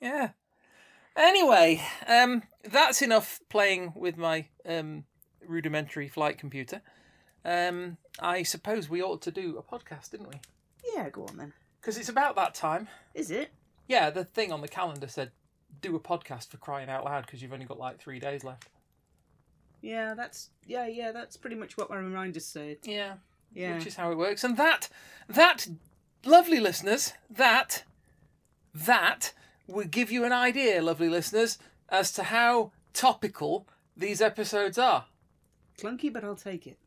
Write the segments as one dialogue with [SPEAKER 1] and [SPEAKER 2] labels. [SPEAKER 1] Yeah. Anyway, um, that's enough playing with my um, rudimentary flight computer. Um, I suppose we ought to do a podcast, didn't we?
[SPEAKER 2] Yeah, go on then.
[SPEAKER 1] Because it's about that time.
[SPEAKER 2] Is it?
[SPEAKER 1] Yeah, the thing on the calendar said do a podcast for crying out loud because you've only got like three days left.
[SPEAKER 2] Yeah, that's yeah, yeah. That's pretty much what my reminder said.
[SPEAKER 1] Yeah,
[SPEAKER 2] Yeah,
[SPEAKER 1] which is how it works. And that, that, lovely listeners, that, that will give you an idea, lovely listeners, as to how topical these episodes are.
[SPEAKER 2] clunky, but I'll take it.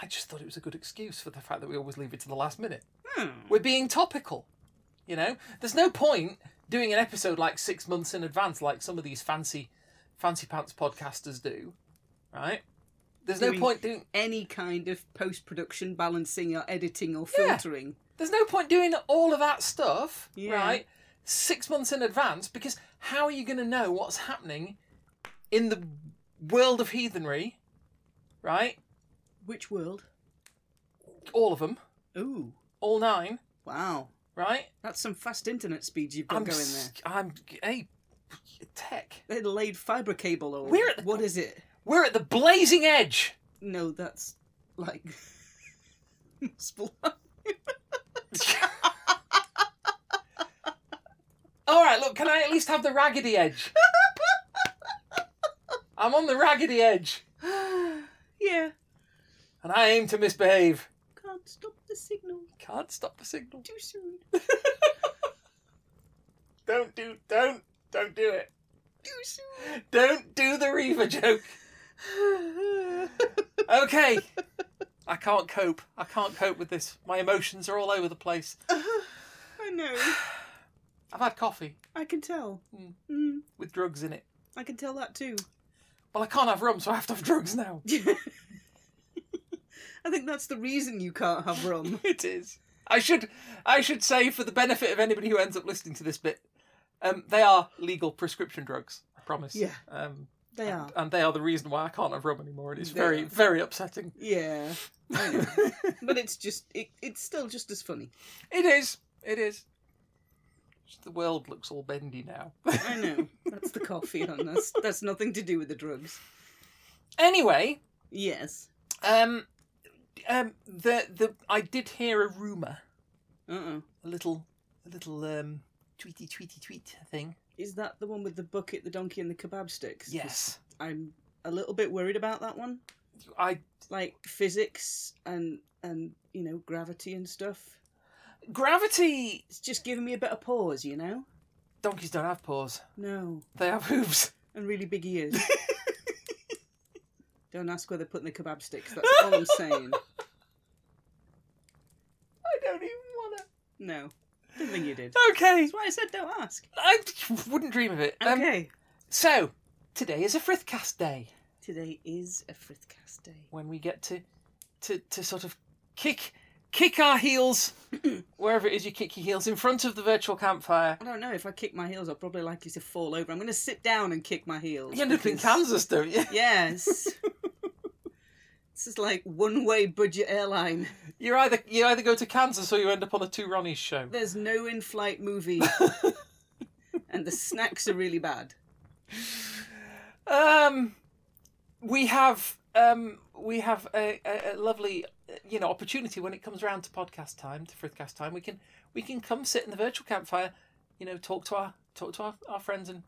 [SPEAKER 1] I just thought it was a good excuse for the fact that we always leave it to the last minute.
[SPEAKER 2] Hmm.
[SPEAKER 1] We're being topical, you know. There's no point doing an episode like six months in advance, like some of these fancy, fancy pants podcasters do, right? There's no
[SPEAKER 2] Doing-
[SPEAKER 1] point doing.
[SPEAKER 2] Any kind of post-production balancing or editing or
[SPEAKER 1] Yeah.
[SPEAKER 2] filtering.
[SPEAKER 1] There's no point doing all of that stuff,
[SPEAKER 2] Yeah.
[SPEAKER 1] right? Six months in advance, because how are you going to know what's happening in the world of heathenry, right?
[SPEAKER 2] Which world?
[SPEAKER 1] All of them,
[SPEAKER 2] Ooh,
[SPEAKER 1] all nine,
[SPEAKER 2] wow.
[SPEAKER 1] right?
[SPEAKER 2] That's some fast internet speed you've got
[SPEAKER 1] I'm
[SPEAKER 2] going there.
[SPEAKER 1] s- I'm hey, tech.
[SPEAKER 2] They laid fibre cable or
[SPEAKER 1] We're at the-
[SPEAKER 2] what is it?
[SPEAKER 1] We're at the blazing edge.
[SPEAKER 2] No, that's like. Spl-
[SPEAKER 1] All right, look, can I at least have the raggedy edge? I'm on the raggedy edge,
[SPEAKER 2] yeah,
[SPEAKER 1] and I aim to misbehave.
[SPEAKER 2] can't stop the signal
[SPEAKER 1] Can't stop the signal.
[SPEAKER 2] too soon.
[SPEAKER 1] Don't do, don't, don't do it.
[SPEAKER 2] Too soon.
[SPEAKER 1] Don't do the Reaver joke. Okay, I can't cope. I can't cope with this. My emotions are all over the place.
[SPEAKER 2] I know.
[SPEAKER 1] I've had coffee
[SPEAKER 2] I can tell.
[SPEAKER 1] Mm.
[SPEAKER 2] Mm,
[SPEAKER 1] with drugs in it.
[SPEAKER 2] I can tell that too.
[SPEAKER 1] Well, I can't have rum, so I have to have drugs now.
[SPEAKER 2] I think that's the reason you can't have rum.
[SPEAKER 1] It is. I should I should say for the benefit of anybody who ends up listening to this bit, um, they are legal prescription drugs. I promise.
[SPEAKER 2] Yeah.
[SPEAKER 1] Um,
[SPEAKER 2] They
[SPEAKER 1] and,
[SPEAKER 2] are.
[SPEAKER 1] and they are the reason why I can't have rum anymore. and It is
[SPEAKER 2] They
[SPEAKER 1] very
[SPEAKER 2] are.
[SPEAKER 1] very upsetting.
[SPEAKER 2] Yeah, I know.
[SPEAKER 1] it
[SPEAKER 2] but it's just it, it's still just as funny.
[SPEAKER 1] is. It is. Just The world looks all bendy now.
[SPEAKER 2] I know. That's the coffee on. That's that's nothing to do with the drugs.
[SPEAKER 1] anyway,
[SPEAKER 2] Yes.
[SPEAKER 1] um, um, the the I did hear a rumor,
[SPEAKER 2] Uh oh.
[SPEAKER 1] a little, a little um, tweety tweety tweet thing.
[SPEAKER 2] Is that the one with the bucket, the donkey, and the kebab sticks? 'Cause
[SPEAKER 1] Yes,
[SPEAKER 2] I'm a little bit worried about that one.
[SPEAKER 1] I
[SPEAKER 2] Like physics and and you know gravity and stuff.
[SPEAKER 1] gravity
[SPEAKER 2] It's just giving me a bit of pause, you know.
[SPEAKER 1] donkeys don't have paws.
[SPEAKER 2] No,
[SPEAKER 1] They have hooves.
[SPEAKER 2] and really big ears. Don't ask where they're putting the kebab sticks. That's all I'm saying.
[SPEAKER 1] I don't even want to.
[SPEAKER 2] No, didn't think you did.
[SPEAKER 1] Okay.
[SPEAKER 2] That's why I said don't ask.
[SPEAKER 1] I wouldn't dream of it. Um,
[SPEAKER 2] Okay.
[SPEAKER 1] so, today is a Frithcast day
[SPEAKER 2] Today is a Frithcast day.
[SPEAKER 1] when we get to, to, to sort of kick kick our heels wherever it is you kick your heels in front of the virtual campfire.
[SPEAKER 2] I don't know. If I kick my heels, I'll probably likely to fall over. I'm going to sit down and kick my heels.
[SPEAKER 1] You end up in
[SPEAKER 2] because-
[SPEAKER 1] Kansas, don't you?
[SPEAKER 2] Yes. this is like one-way budget airline.
[SPEAKER 1] You're either you either go to Kansas or you end up on a two Ronnies show.
[SPEAKER 2] There's no in-flight movie, and the snacks are really bad.
[SPEAKER 1] Um, we have um, we have a, a, a lovely uh, you know opportunity when it comes round to podcast time to frithcast time. We can we can come sit in the virtual campfire, you know, talk to our talk to our, our friends and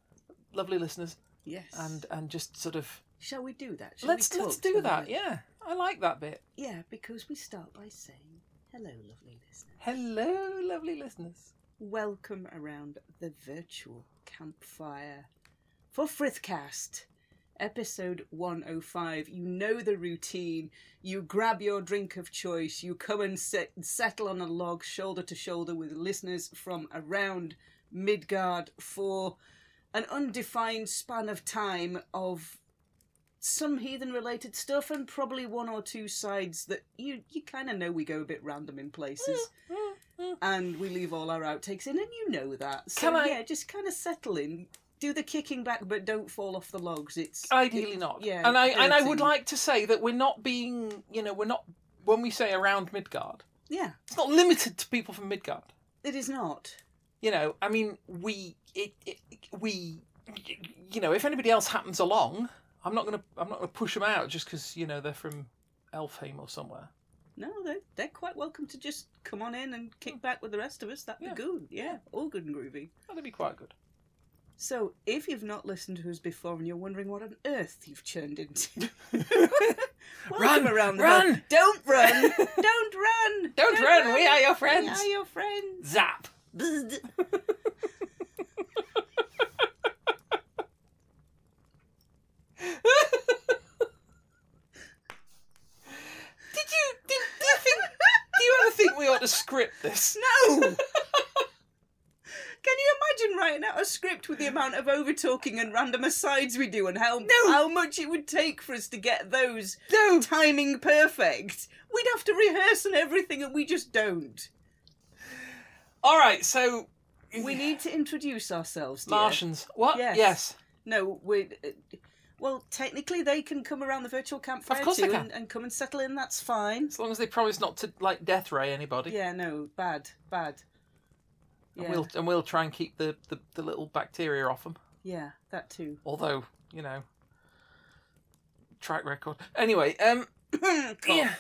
[SPEAKER 1] lovely listeners,
[SPEAKER 2] Yes.
[SPEAKER 1] and and just sort of
[SPEAKER 2] shall we do that? Shall we
[SPEAKER 1] let's let's
[SPEAKER 2] talk to
[SPEAKER 1] do
[SPEAKER 2] them?
[SPEAKER 1] that. Yeah, I like that bit.
[SPEAKER 2] Yeah, because we start by saying hello, lovely listener.
[SPEAKER 1] Hello, lovely listeners.
[SPEAKER 2] Welcome around the virtual campfire for Frithcast, episode 105. You know the routine. You grab your drink of choice. You come and sit, settle on a log, shoulder to shoulder, with listeners from around Midgard for an undefined span of time of some heathen related stuff and probably one or two sides that you, you kind of know we go a bit random in places and we leave all our outtakes in, and you know that. So
[SPEAKER 1] Can I-
[SPEAKER 2] yeah, just kind of settle in, do the kicking back, but don't fall off the logs. It's
[SPEAKER 1] Ideally
[SPEAKER 2] it-
[SPEAKER 1] not.
[SPEAKER 2] Yeah,
[SPEAKER 1] and I and I would
[SPEAKER 2] dirty.
[SPEAKER 1] like to say that we're not being you know we're not when we say around Midgard.
[SPEAKER 2] Yeah,
[SPEAKER 1] It's not limited to people from Midgard.
[SPEAKER 2] it is not.
[SPEAKER 1] you know i mean we it, it we, you know, if anybody else happens along, I'm not gonna I'm not gonna push them out just because you know they're from Elfheim or somewhere.
[SPEAKER 2] No, they're, they're quite welcome to just come on in and kick back with the rest of us. That'd
[SPEAKER 1] Hmm. Yeah.
[SPEAKER 2] be good. Yeah, all good and groovy.
[SPEAKER 1] That'd Oh, be quite good.
[SPEAKER 2] So, if you've not listened to us before and you're wondering what on earth you've churned into, welcome
[SPEAKER 1] Run,
[SPEAKER 2] around the
[SPEAKER 1] run.
[SPEAKER 2] bend. Don't run! Don't run!
[SPEAKER 1] Don't run, we are your
[SPEAKER 2] We
[SPEAKER 1] friends.
[SPEAKER 2] are your friends.
[SPEAKER 1] Zap. Did you did, do you think do you ever think we ought to script this?
[SPEAKER 2] No! Can you imagine writing out a script with the amount of over talking and random asides we do and how,
[SPEAKER 1] No.
[SPEAKER 2] how much it would take for us to get those
[SPEAKER 1] No.
[SPEAKER 2] timing perfect? We'd have to rehearse and everything, and we just don't.
[SPEAKER 1] All right, so
[SPEAKER 2] We need to introduce ourselves, dear.
[SPEAKER 1] Martians. What?
[SPEAKER 2] Yes.
[SPEAKER 1] yes.
[SPEAKER 2] No, we. uh, Well, technically, they can come around the virtual campfire
[SPEAKER 1] Of course
[SPEAKER 2] too
[SPEAKER 1] they can.
[SPEAKER 2] And, and come and settle in. That's fine.
[SPEAKER 1] As long as they promise not to like death ray anybody.
[SPEAKER 2] Yeah, no, bad, bad.
[SPEAKER 1] And
[SPEAKER 2] Yeah,
[SPEAKER 1] we'll and we'll try and keep the, the, the little bacteria off them.
[SPEAKER 2] yeah, that too.
[SPEAKER 1] Although, you know, track record. Anyway, um yeah.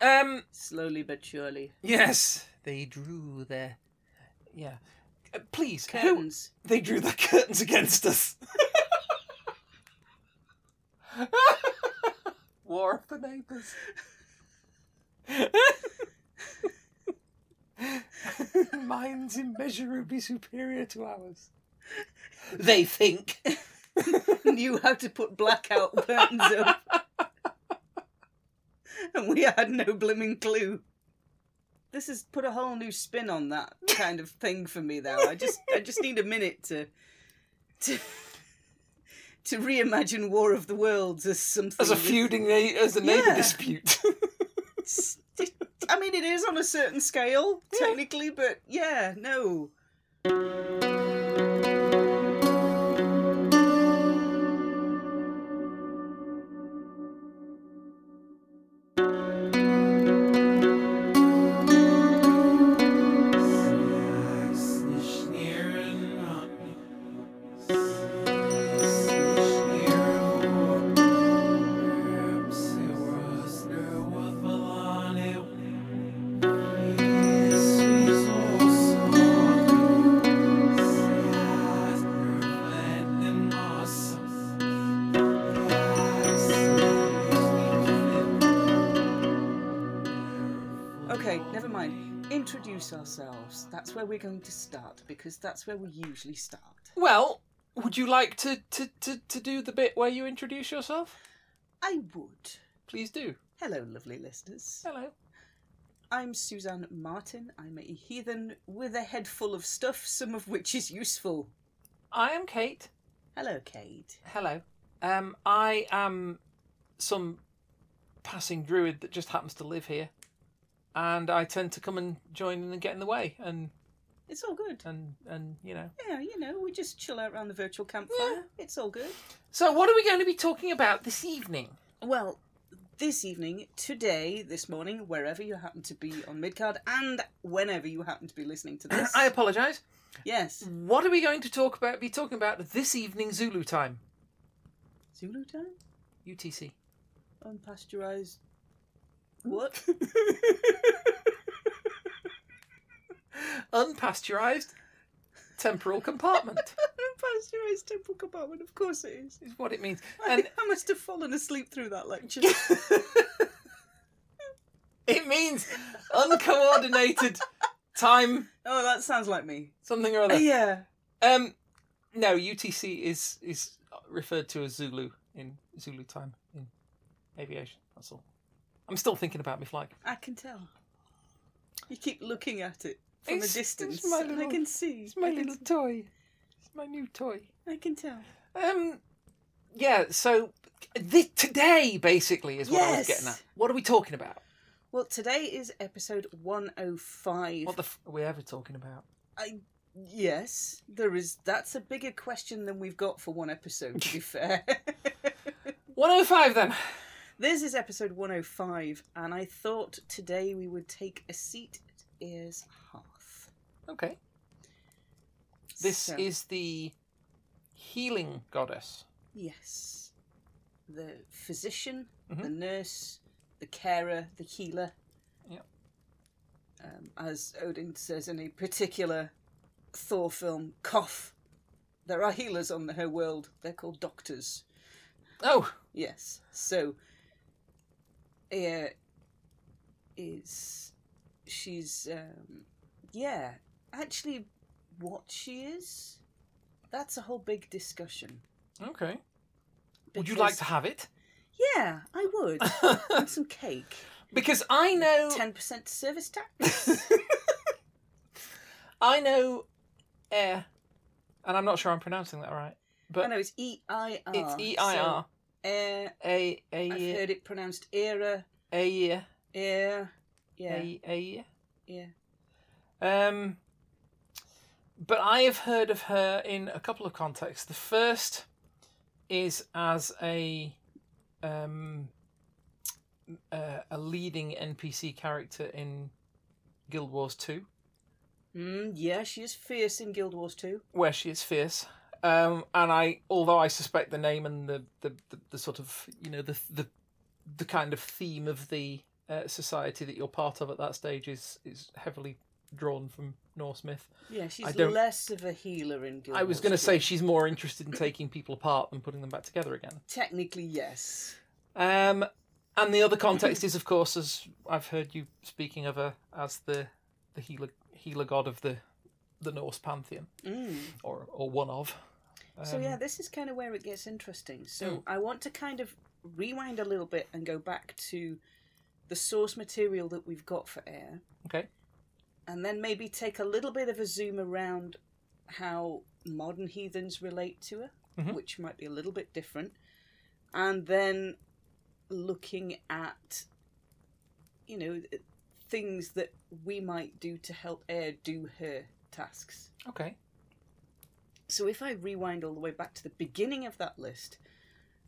[SPEAKER 1] Um
[SPEAKER 2] Slowly but surely.
[SPEAKER 1] yes, they drew their yeah. Uh, please, who
[SPEAKER 2] Curtains.
[SPEAKER 1] they drew the curtains against us. War of the neighbors. Minds immeasurably superior to ours. They think.
[SPEAKER 2] knew how to put blackout curtains up. and we had no blooming clue. This has put a whole new spin on that kind of thing for me though. I just I just need a minute to to to reimagine War of the Worlds as something
[SPEAKER 1] As a
[SPEAKER 2] that-
[SPEAKER 1] feuding, na- as a neighbour
[SPEAKER 2] Yeah.
[SPEAKER 1] dispute.
[SPEAKER 2] it's- I mean it is on a certain scale,
[SPEAKER 1] Yeah.
[SPEAKER 2] technically, but yeah, no. Okay, never mind. Introduce ourselves. That's where we're going to start because that's where we usually start.
[SPEAKER 1] well, would you like to, to, to, to do the bit where you introduce yourself?
[SPEAKER 2] I would.
[SPEAKER 1] Please do.
[SPEAKER 2] Hello, lovely listeners.
[SPEAKER 1] Hello.
[SPEAKER 2] I'm Suzanne Martin. I'm a heathen with a head full of stuff, some of which is useful.
[SPEAKER 1] I am Kate.
[SPEAKER 2] Hello, Cade.
[SPEAKER 1] Hello. Um, I am some passing druid that just happens to live here, and I tend to come and join in and get in the way, and
[SPEAKER 2] It's all good.
[SPEAKER 1] and and you know.
[SPEAKER 2] Yeah, you know, we just chill out around the virtual campfire.
[SPEAKER 1] Yeah.
[SPEAKER 2] It's all good.
[SPEAKER 1] So, what are we going to be talking about this evening?
[SPEAKER 2] Well, this evening, today, this morning, wherever you happen to be on Midcard, and whenever you happen to be listening to this.
[SPEAKER 1] I apologise.
[SPEAKER 2] Yes.
[SPEAKER 1] What are we going to talk about? Be talking about this evening Zulu time,
[SPEAKER 2] Zulu time?
[SPEAKER 1] UTC.
[SPEAKER 2] Unpasteurized. What?
[SPEAKER 1] Unpasteurised temporal compartment
[SPEAKER 2] Unpasteurized temple compartment, of course it is.
[SPEAKER 1] is what it means,
[SPEAKER 2] I,
[SPEAKER 1] and
[SPEAKER 2] I must have fallen asleep through that lecture.
[SPEAKER 1] it means uncoordinated time
[SPEAKER 2] oh, that sounds like me.
[SPEAKER 1] something or
[SPEAKER 2] Uh,
[SPEAKER 1] other.
[SPEAKER 2] yeah.
[SPEAKER 1] Um, no, UTC is is referred to as Zulu in Zulu time in aviation. That's all. I'm still thinking about my flight.
[SPEAKER 2] I can tell. You keep looking at it from
[SPEAKER 1] It's-
[SPEAKER 2] a distance.
[SPEAKER 1] it's my
[SPEAKER 2] and I
[SPEAKER 1] little-
[SPEAKER 2] can see.
[SPEAKER 1] It's my
[SPEAKER 2] I can
[SPEAKER 1] little
[SPEAKER 2] s-
[SPEAKER 1] toy. It's my new toy.
[SPEAKER 2] I can tell.
[SPEAKER 1] Um, yeah. So thi- today, basically, is what I was
[SPEAKER 2] Yes.
[SPEAKER 1] getting at. What are we talking about?
[SPEAKER 2] Well, today is episode 105.
[SPEAKER 1] What the f- are we ever talking about?
[SPEAKER 2] yes, there is. That's a bigger question than we've got for one episode, to be fair.
[SPEAKER 1] 105 then.
[SPEAKER 2] This is episode 105, and I thought today we would take a seat at Ears Hearth.
[SPEAKER 1] Okay. This
[SPEAKER 2] So-
[SPEAKER 1] is the healing goddess.
[SPEAKER 2] Yes. The physician,
[SPEAKER 1] Mhm.
[SPEAKER 2] the nurse, the carer, the healer.
[SPEAKER 1] Yep.
[SPEAKER 2] Um, as Odin says in a particular Thor film, cough. There are healers on the her world. They're called doctors.
[SPEAKER 1] Oh,
[SPEAKER 2] Yes. So, uh, is she's um, yeah? Actually, what she is, that's a whole big discussion.
[SPEAKER 1] okay. Would you like
[SPEAKER 2] because-
[SPEAKER 1] to have it?
[SPEAKER 2] Yeah, I would. and some cake.
[SPEAKER 1] because I know
[SPEAKER 2] Ten percent service tax.
[SPEAKER 1] I know air, and I'm not sure I'm pronouncing that right,
[SPEAKER 2] I
[SPEAKER 1] but
[SPEAKER 2] know it's E I R.
[SPEAKER 1] it's E I R
[SPEAKER 2] Air.
[SPEAKER 1] A A
[SPEAKER 2] I've
[SPEAKER 1] year
[SPEAKER 2] heard it pronounced era.
[SPEAKER 1] A year
[SPEAKER 2] Air. Yeah.
[SPEAKER 1] A A year.
[SPEAKER 2] Yeah.
[SPEAKER 1] Um, but I have heard of her in a couple of contexts. The first is as a um, uh, a leading NPC character in Guild Wars Two.
[SPEAKER 2] Mm, yeah, she is fierce in Guild Wars 2.
[SPEAKER 1] where she is fierce. Um, and I, although I suspect the name and the, the, the, the sort of you know the the the kind of theme of the uh, society that you're part of at that stage is is heavily drawn from Norse myth.
[SPEAKER 2] Yeah, she's
[SPEAKER 1] I don't-
[SPEAKER 2] less of a healer in Guild
[SPEAKER 1] I was
[SPEAKER 2] Wars
[SPEAKER 1] going to
[SPEAKER 2] 2.
[SPEAKER 1] say she's more interested in taking people apart than putting them back together again.
[SPEAKER 2] Technically, yes.
[SPEAKER 1] Um, and the other context is, of course, as I've heard you speaking of her as the the healer healer god of the the Norse pantheon
[SPEAKER 2] Mm.
[SPEAKER 1] or or one of.
[SPEAKER 2] So,
[SPEAKER 1] Um, Mm.
[SPEAKER 2] yeah, this is kind of where it gets interesting. So, I want to kind of rewind a little bit and go back to the source material that we've got for air.
[SPEAKER 1] Okay.
[SPEAKER 2] and then maybe take a little bit of a zoom around how modern heathens relate to her,
[SPEAKER 1] Mhm.
[SPEAKER 2] which might be a little bit different, and then looking at, you know, things that we might do to help Air do her tasks.
[SPEAKER 1] Okay.
[SPEAKER 2] So if I rewind all the way back to the beginning of that list,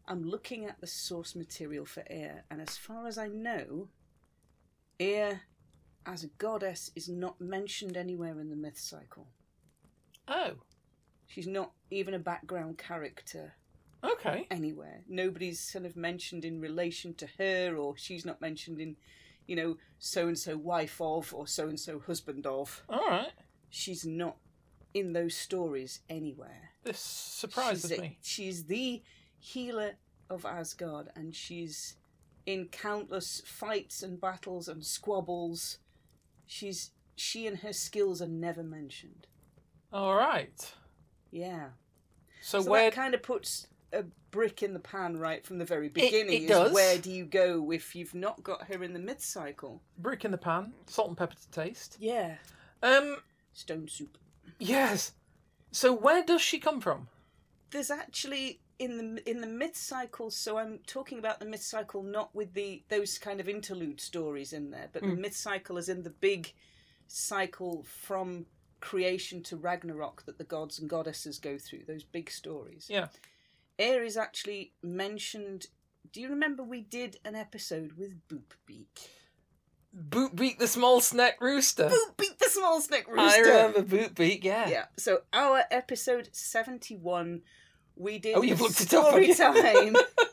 [SPEAKER 2] I'm looking at the source material for Air, and as far as I know, Air as a goddess is not mentioned anywhere in the myth cycle.
[SPEAKER 1] Oh.
[SPEAKER 2] She's not even a background character
[SPEAKER 1] Okay.
[SPEAKER 2] anywhere. Nobody's kind of mentioned in relation to her, or she's not mentioned in, you know, so and so wife of, or so and so husband of.
[SPEAKER 1] All right.
[SPEAKER 2] She's not in those stories anywhere.
[SPEAKER 1] This surprises
[SPEAKER 2] she's a-
[SPEAKER 1] me.
[SPEAKER 2] she's the healer of Asgard, and she's in countless fights and battles and squabbles. She's she and her skills are never mentioned.
[SPEAKER 1] All right.
[SPEAKER 2] Yeah,
[SPEAKER 1] So,
[SPEAKER 2] so
[SPEAKER 1] where?
[SPEAKER 2] that kind of puts a brick in the pan right from the very
[SPEAKER 1] it
[SPEAKER 2] beginning. is
[SPEAKER 1] does.
[SPEAKER 2] Where do you go if you've not got her in the myth cycle?
[SPEAKER 1] Brick in the pan, salt and pepper to taste.
[SPEAKER 2] Yeah,
[SPEAKER 1] Um.
[SPEAKER 2] stone soup.
[SPEAKER 1] Yes. So where does she come from?
[SPEAKER 2] there's actually in the in the myth cycle so i'm talking about the myth cycle not with the those kind of interlude stories in there but the
[SPEAKER 1] Mm.
[SPEAKER 2] myth cycle is in the big cycle from creation to ragnarok that the gods and goddesses go through those big stories
[SPEAKER 1] Yeah.
[SPEAKER 2] air is actually mentioned do you remember we did an episode with boop beak
[SPEAKER 1] Boot beat the small snack rooster.
[SPEAKER 2] boop beak the small snake rooster
[SPEAKER 1] I remember boot beat. Yeah.
[SPEAKER 2] yeah. So our episode seventy-one, we did.
[SPEAKER 1] Oh, you've looked it up,
[SPEAKER 2] story
[SPEAKER 1] have
[SPEAKER 2] time. I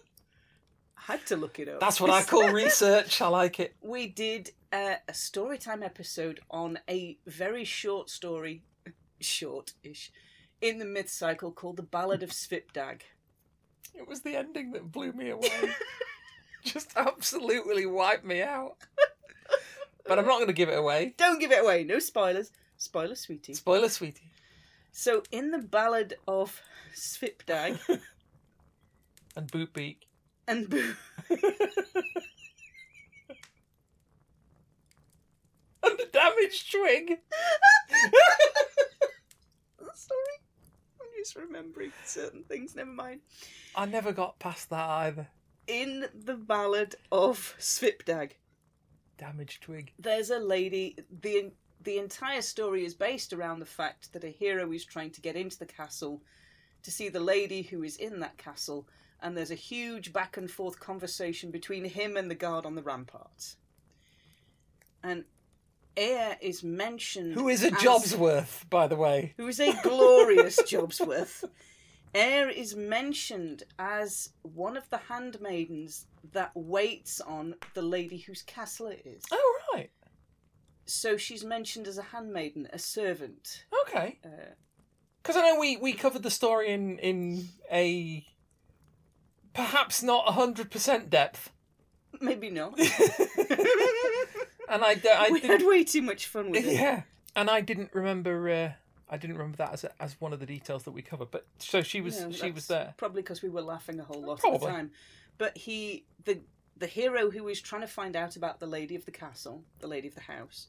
[SPEAKER 2] had to look it up.
[SPEAKER 1] That's what I call research. I like it.
[SPEAKER 2] We did uh, a story time episode on a very short story, short-ish, in the myth cycle called "The Ballad of Svipdag."
[SPEAKER 1] It was the ending that blew me away. Just absolutely wiped me out. But I'm not going to give it away.
[SPEAKER 2] Don't give it away. No spoilers. Spoiler, sweetie.
[SPEAKER 1] Spoiler, sweetie.
[SPEAKER 2] So in the Ballad of Svipdag
[SPEAKER 1] And boot beak.
[SPEAKER 2] and Boo.
[SPEAKER 1] And the damaged twig.
[SPEAKER 2] Sorry, I'm just remembering certain things. Never mind.
[SPEAKER 1] I never got past that either.
[SPEAKER 2] in the ballad of Svipdag,
[SPEAKER 1] Damaged twig.
[SPEAKER 2] there's a lady. the The entire story is based around the fact that a hero is trying to get into the castle to see the lady who is in that castle, and there's a huge back and forth conversation between him and the guard on the ramparts. And Air is mentioned.
[SPEAKER 1] Who is a
[SPEAKER 2] as-
[SPEAKER 1] job's worth, by the way.
[SPEAKER 2] who is a glorious Jobsworth, Air is mentioned as one of the handmaidens that waits on the lady whose castle it is.
[SPEAKER 1] Oh right.
[SPEAKER 2] So she's mentioned as a handmaiden, a servant.
[SPEAKER 1] Okay.
[SPEAKER 2] Uh,
[SPEAKER 1] Because I know we, we covered the story in in a perhaps not hundred percent depth,
[SPEAKER 2] maybe not.
[SPEAKER 1] and I, d- I
[SPEAKER 2] we had
[SPEAKER 1] didn't,
[SPEAKER 2] way too much fun with it.
[SPEAKER 1] yeah, and I didn't remember uh, I didn't remember that as a, as one of the details that we covered. But so she was
[SPEAKER 2] No,
[SPEAKER 1] she was
[SPEAKER 2] that's
[SPEAKER 1] there.
[SPEAKER 2] Probably because we were laughing a whole lot at the
[SPEAKER 1] Probably.
[SPEAKER 2] time. But he, the the hero who is trying to find out about the lady of the castle, the lady of the house,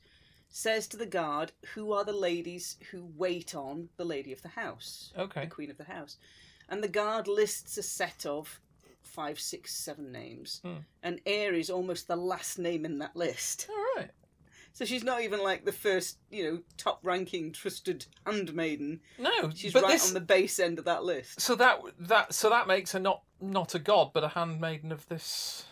[SPEAKER 2] says to the guard, "Who are the ladies who wait on the lady of the house, the
[SPEAKER 1] Okay.
[SPEAKER 2] queen of the house?" And the guard lists a set of five, six, seven names,
[SPEAKER 1] Hmm.
[SPEAKER 2] and Air is almost the last name in that list.
[SPEAKER 1] All right.
[SPEAKER 2] So she's not even like the first, you know, top-ranking trusted handmaiden.
[SPEAKER 1] No,
[SPEAKER 2] She's
[SPEAKER 1] but
[SPEAKER 2] right
[SPEAKER 1] this,
[SPEAKER 2] on the base end of that list.
[SPEAKER 1] so that that so that makes her not not a god, but a handmaiden of this.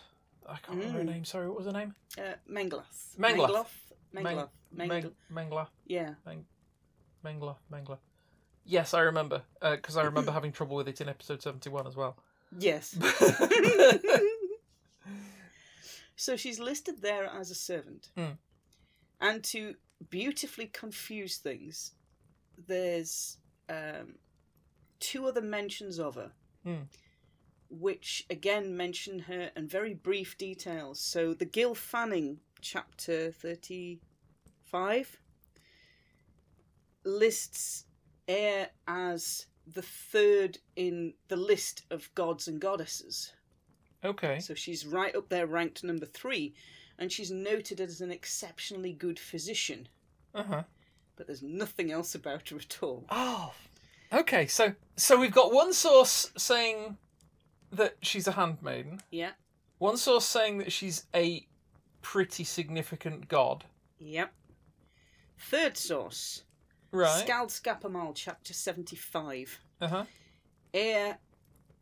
[SPEAKER 1] I can't remember her
[SPEAKER 2] Mm.
[SPEAKER 1] name. Sorry, what was her name?
[SPEAKER 2] Uh, Mengloth.
[SPEAKER 1] Mengloth.
[SPEAKER 2] Mengloth.
[SPEAKER 1] Meng-
[SPEAKER 2] Mengloth.
[SPEAKER 1] Mengla.
[SPEAKER 2] Yeah.
[SPEAKER 1] Mengla, Mengla. Yes, I remember because I remember having trouble with it in episode seventy-one as well.
[SPEAKER 2] Yes. so she's listed there as a servant.
[SPEAKER 1] Mm.
[SPEAKER 2] And to beautifully confuse things, there's um, two other mentions of her,
[SPEAKER 1] Mm.
[SPEAKER 2] which again mention her in very brief details. So the Gil Fanning chapter 35 lists Air as the third in the list of gods and goddesses.
[SPEAKER 1] okay.
[SPEAKER 2] So she's right up there, ranked number three, and she's noted as an exceptionally good physician.
[SPEAKER 1] Uh huh.
[SPEAKER 2] But there's nothing else about her at all.
[SPEAKER 1] Oh. Okay. So so we've got one source saying that she's a handmaiden.
[SPEAKER 2] Yeah,
[SPEAKER 1] One source saying that she's a pretty significant god.
[SPEAKER 2] yep. Third source,
[SPEAKER 1] Right.
[SPEAKER 2] Skaldskapamal, chapter 75.
[SPEAKER 1] uh huh.
[SPEAKER 2] Air,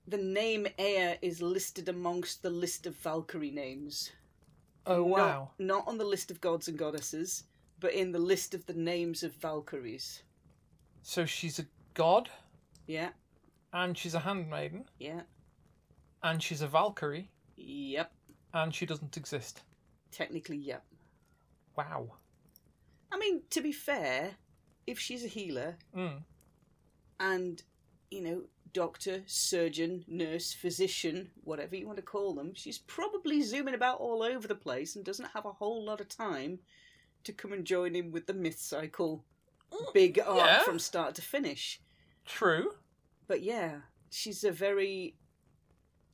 [SPEAKER 2] the name Air is listed amongst the list of Valkyrie names.
[SPEAKER 1] Oh
[SPEAKER 2] Not-
[SPEAKER 1] wow.
[SPEAKER 2] Not, on the list of gods and goddesses, but in the list of the names of Valkyries.
[SPEAKER 1] So she's a god,
[SPEAKER 2] Yeah,
[SPEAKER 1] and she's a handmaiden,
[SPEAKER 2] yeah,
[SPEAKER 1] and she's a Valkyrie,
[SPEAKER 2] yep.
[SPEAKER 1] and she doesn't exist.
[SPEAKER 2] Technically, yep.
[SPEAKER 1] Wow.
[SPEAKER 2] I mean, to be fair, if she's a healer
[SPEAKER 1] Mm.
[SPEAKER 2] and, you know, doctor, surgeon, nurse, physician, whatever you want to call them, she's probably zooming about all over the place and doesn't have a whole lot of time to come and join in with the myth cycle
[SPEAKER 1] Mm.
[SPEAKER 2] big arc
[SPEAKER 1] yeah.
[SPEAKER 2] from start to finish.
[SPEAKER 1] True.
[SPEAKER 2] But yeah, she's a very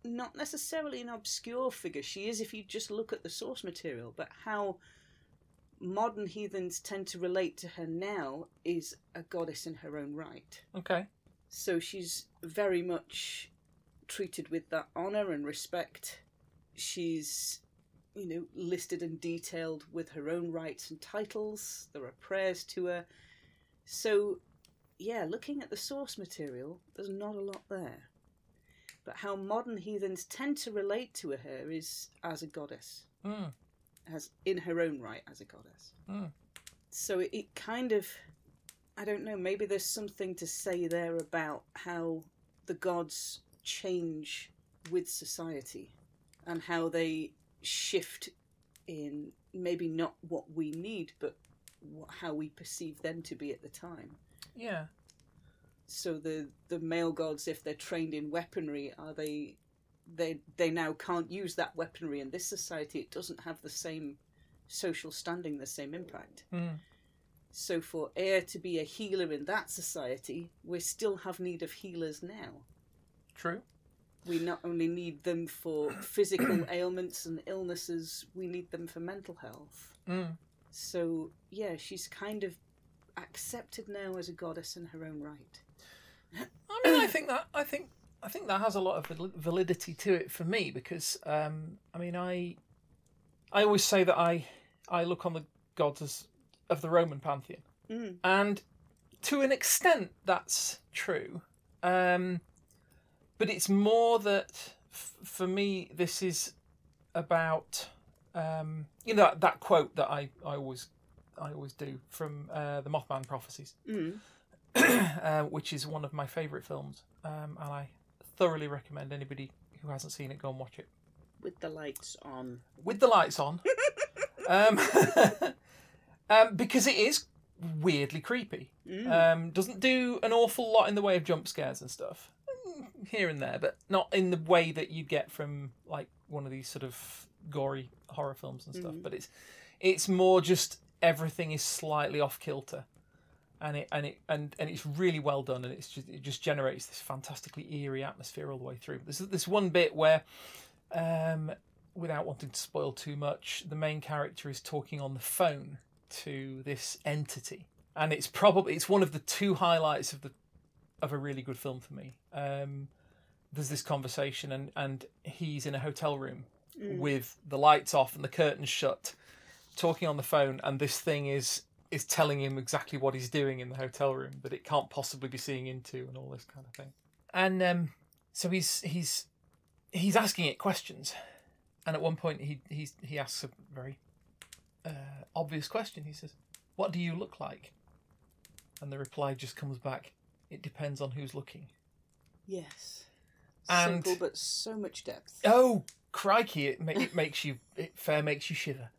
[SPEAKER 2] not necessarily an obscure figure. She is if you just look at the source material, but how modern heathens tend to relate to her now is a goddess in her own right.
[SPEAKER 1] Okay.
[SPEAKER 2] So she's very much treated with that honor and respect. She's you know listed and detailed with her own rights and titles. There are prayers to her. So yeah, looking at the source material, there's not a lot there. But how modern heathens tend to relate to her is as a goddess,
[SPEAKER 1] Mm.
[SPEAKER 2] as in her own right as a goddess.
[SPEAKER 1] Mm.
[SPEAKER 2] So it, it kind of, I don't know, maybe there's something to say there about how the gods change with society and how they shift in maybe not what we need, but what, how we perceive them to be at the time
[SPEAKER 1] Yeah.
[SPEAKER 2] so the the male gods if they're trained in weaponry are they they they now can't use that weaponry in this society it doesn't have the same social standing the same impact
[SPEAKER 1] Mm.
[SPEAKER 2] so for air to be a healer in that society we still have need of healers now
[SPEAKER 1] True.
[SPEAKER 2] we not only need them for physical ailments and illnesses we need them for mental health
[SPEAKER 1] Mm.
[SPEAKER 2] so yeah she's kind of accepted now as a goddess in her own right
[SPEAKER 1] I mean, I think that I think I think that has a lot of val- validity to it for me because um, I mean, I I always say that I I look on the gods as of the Roman pantheon,
[SPEAKER 2] Mm.
[SPEAKER 1] and to an extent that's true, um, but it's more that f- for me this is about um, you know that, that quote that I I always I always do from uh, the Mothman prophecies
[SPEAKER 2] mm.
[SPEAKER 1] uh, which is one of my favourite films, um, and I thoroughly recommend anybody who hasn't seen it go and watch it
[SPEAKER 3] with the lights on.
[SPEAKER 1] with the lights on, um, um, because it is weirdly creepy.
[SPEAKER 2] Mm.
[SPEAKER 1] Um, doesn't do an awful lot in the way of jump scares and stuff Mm, here and there, but not in the way that you get from like one of these sort of gory horror films and stuff. But it's it's more just everything is slightly off kilter. And it and it and, and it's really well done, and it's just it just generates this fantastically eerie atmosphere all the way through. There's this one bit where, um, without wanting to spoil too much, the main character is talking on the phone to this entity, and it's probably it's one of the two highlights of the of a really good film for me. Um, there's this conversation, and and he's in a hotel room
[SPEAKER 2] Mm.
[SPEAKER 3] Mm.
[SPEAKER 1] with the lights off and the curtains shut, talking on the phone, and this thing is is telling him exactly what he's doing in the hotel room that it can't possibly be seeing into and all this kind of thing. And um, so he's he's he's asking it questions, and at one point he he's, he asks a very uh, obvious question. He says, "What do you look like?" And the reply just comes back, "It depends on who's looking."
[SPEAKER 3] Yes.
[SPEAKER 1] And-
[SPEAKER 3] Simple, but so much depth.
[SPEAKER 1] Oh, crikey! It, ma- it makes you it fair makes you shiver.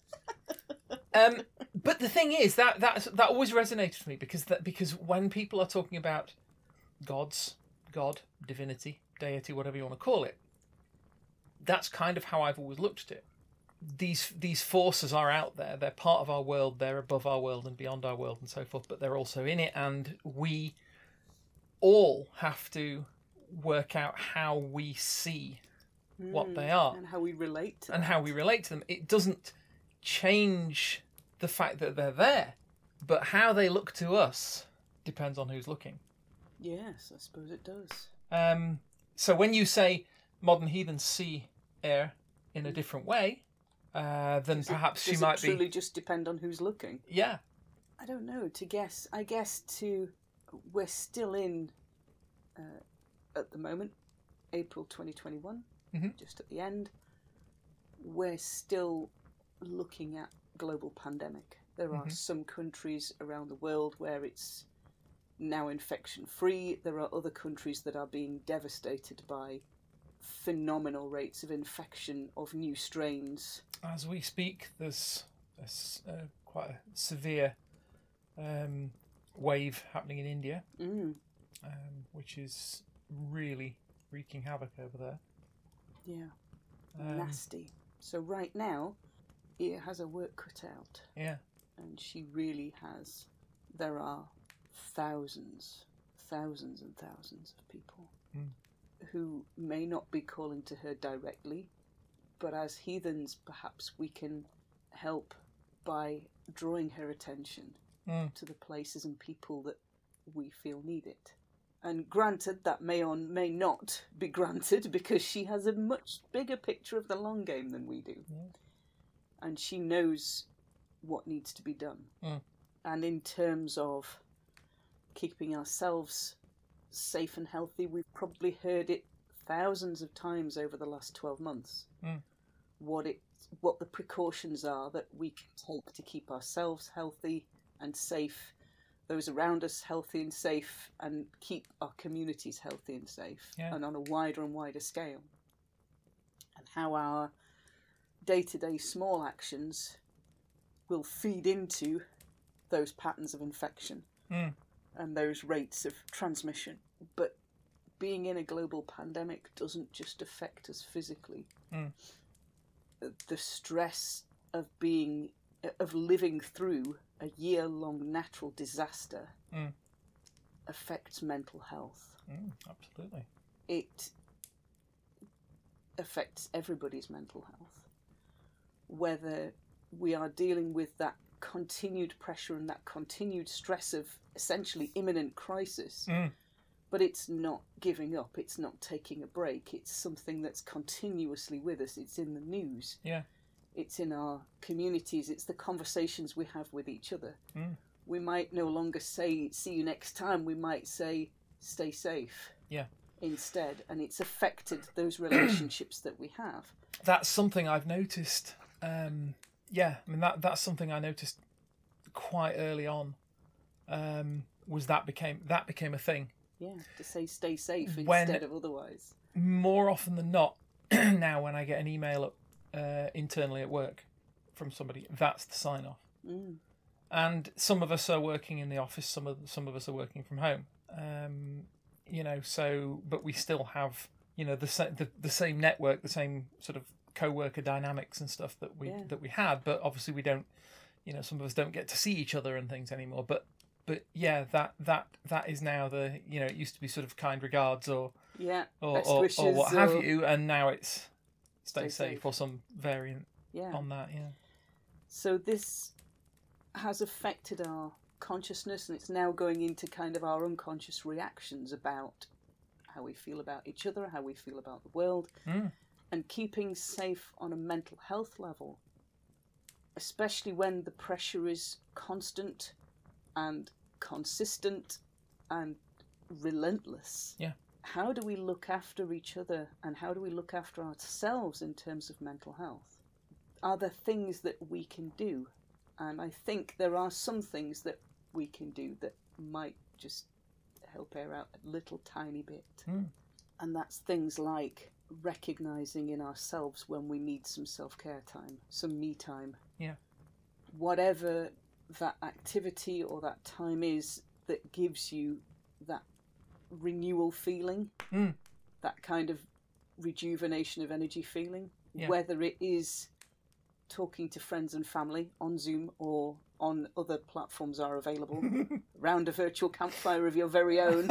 [SPEAKER 1] Um, but the thing is that that that always resonated for me because that because when people are talking about gods, God, divinity, deity, whatever you want to call it, that's kind of how I've always looked at it. These these forces are out there. They're part of our world. They're above our world and beyond our world and so forth. But they're also in it, and we all have to work out how we see
[SPEAKER 3] Mm.
[SPEAKER 1] what they are
[SPEAKER 2] Hmm, and how we relate to
[SPEAKER 1] and how we relate to them. It doesn't change the fact that they're there, but how they look to us depends on who's looking.
[SPEAKER 3] Yes, I suppose it does.
[SPEAKER 1] Um, so when you say modern heathens see air in a different way, uh, then perhaps she
[SPEAKER 2] Does
[SPEAKER 1] might
[SPEAKER 2] Hmm. it truly
[SPEAKER 1] be.
[SPEAKER 2] just depend on who's looking?
[SPEAKER 1] Yeah,
[SPEAKER 2] I don't know. To guess, I guess to we're still in uh, at the moment, April 2021,
[SPEAKER 1] Mhm.
[SPEAKER 2] just at the end. We're still looking at global pandemic. There are some countries around the world where it's now infection free. There are other countries that are being devastated by phenomenal rates of infection of new strains.
[SPEAKER 1] as we speak, there's a s uh, quite a severe um, wave happening in India,
[SPEAKER 2] Mm,
[SPEAKER 1] um, which is really wreaking havoc over there.
[SPEAKER 2] yeah.
[SPEAKER 1] Um,
[SPEAKER 2] nasty. So right now, Ia has her work cut out,
[SPEAKER 1] Yeah.
[SPEAKER 2] and she really has. There are thousands, thousands and thousands of people
[SPEAKER 1] Mm.
[SPEAKER 2] who may not be calling to her directly, but as heathens, perhaps we can help by drawing her attention
[SPEAKER 1] Mm.
[SPEAKER 2] to the places and people that we feel need it. And granted, that may or may not be granted because she has a much bigger picture of the long game than we do.
[SPEAKER 1] Yeah.
[SPEAKER 2] And she knows what needs to be done.
[SPEAKER 1] Mm.
[SPEAKER 2] And in terms of keeping ourselves safe and healthy, we've probably heard it thousands of times over the last 12 months
[SPEAKER 1] Mm.
[SPEAKER 2] what, it, what the precautions are that we can take to keep ourselves healthy and safe those around us healthy and safe and keep our communities healthy and safe
[SPEAKER 1] Yeah.
[SPEAKER 2] and on a wider and wider scale. And how our day to day small actions will feed into those patterns of infection
[SPEAKER 1] Mm.
[SPEAKER 2] and those rates of transmission. But being in a global pandemic doesn't just affect us physically,
[SPEAKER 1] Mm.
[SPEAKER 2] the stress of being of living through a year long natural disaster
[SPEAKER 1] Mm.
[SPEAKER 2] affects mental health.
[SPEAKER 1] Mm, absolutely.
[SPEAKER 2] It affects everybody's mental health. Whether we are dealing with that continued pressure and that continued stress of essentially imminent crisis,
[SPEAKER 1] Mm.
[SPEAKER 2] but it's not giving up, it's not taking a break, it's something that's continuously with us, it's in the news
[SPEAKER 1] Yeah.
[SPEAKER 2] it's in our communities, it's the conversations we have with each other.
[SPEAKER 1] Mm.
[SPEAKER 2] We might no longer say, see you next time, we might say, stay safe.
[SPEAKER 1] Yeah.
[SPEAKER 2] Instead, and it's affected those relationships that we have.
[SPEAKER 1] that's something I've noticed. Um, yeah, I mean that that's something I noticed quite early on. Um,
[SPEAKER 3] was that became that became a thing
[SPEAKER 2] Yeah, to say stay safe
[SPEAKER 3] When-
[SPEAKER 2] instead of otherwise.
[SPEAKER 3] more often than not now when I get an email uh, internally at work from somebody that's the sign off
[SPEAKER 2] Mm.
[SPEAKER 3] and some of us are working in the office some of some of us are working from home um you know so but we still have you know the sa- the, the same network the same sort of co-worker dynamics and stuff that we
[SPEAKER 2] Yeah.
[SPEAKER 3] that we had but obviously we don't you know some of us don't get to see each other and things anymore but but yeah that that that is now the you know it used to be sort of kind regards or
[SPEAKER 2] Yeah,
[SPEAKER 3] or
[SPEAKER 2] Best
[SPEAKER 3] or, or
[SPEAKER 2] wishes
[SPEAKER 3] what have
[SPEAKER 2] or-
[SPEAKER 3] you and now it's
[SPEAKER 2] Stay
[SPEAKER 3] stay, safe,
[SPEAKER 2] safe.
[SPEAKER 3] or some variant
[SPEAKER 2] yeah.
[SPEAKER 3] on that yeah
[SPEAKER 2] So this has affected our consciousness, and it's now going into kind of our unconscious reactions about how we feel about each other, how we feel about the world,
[SPEAKER 3] Mm.
[SPEAKER 2] and keeping safe on a mental health level, especially when the pressure is constant and consistent and relentless.
[SPEAKER 3] Yeah.
[SPEAKER 2] How do we look after each other and how do we look after ourselves in terms of mental health? Are there things that we can do? And I think there are some things that we can do that might just help air out a little tiny bit.
[SPEAKER 3] Hmm.
[SPEAKER 2] And that's things like recognizing in ourselves when we need some self care time, some me time.
[SPEAKER 3] Yeah.
[SPEAKER 2] Whatever that activity or that time is that gives you that renewal feeling,
[SPEAKER 3] Hmm.
[SPEAKER 2] that kind of rejuvenation of energy feeling,
[SPEAKER 3] Yeah.
[SPEAKER 2] whether it is talking to friends and family on Zoom or on other platforms are available, round a virtual campfire of your very own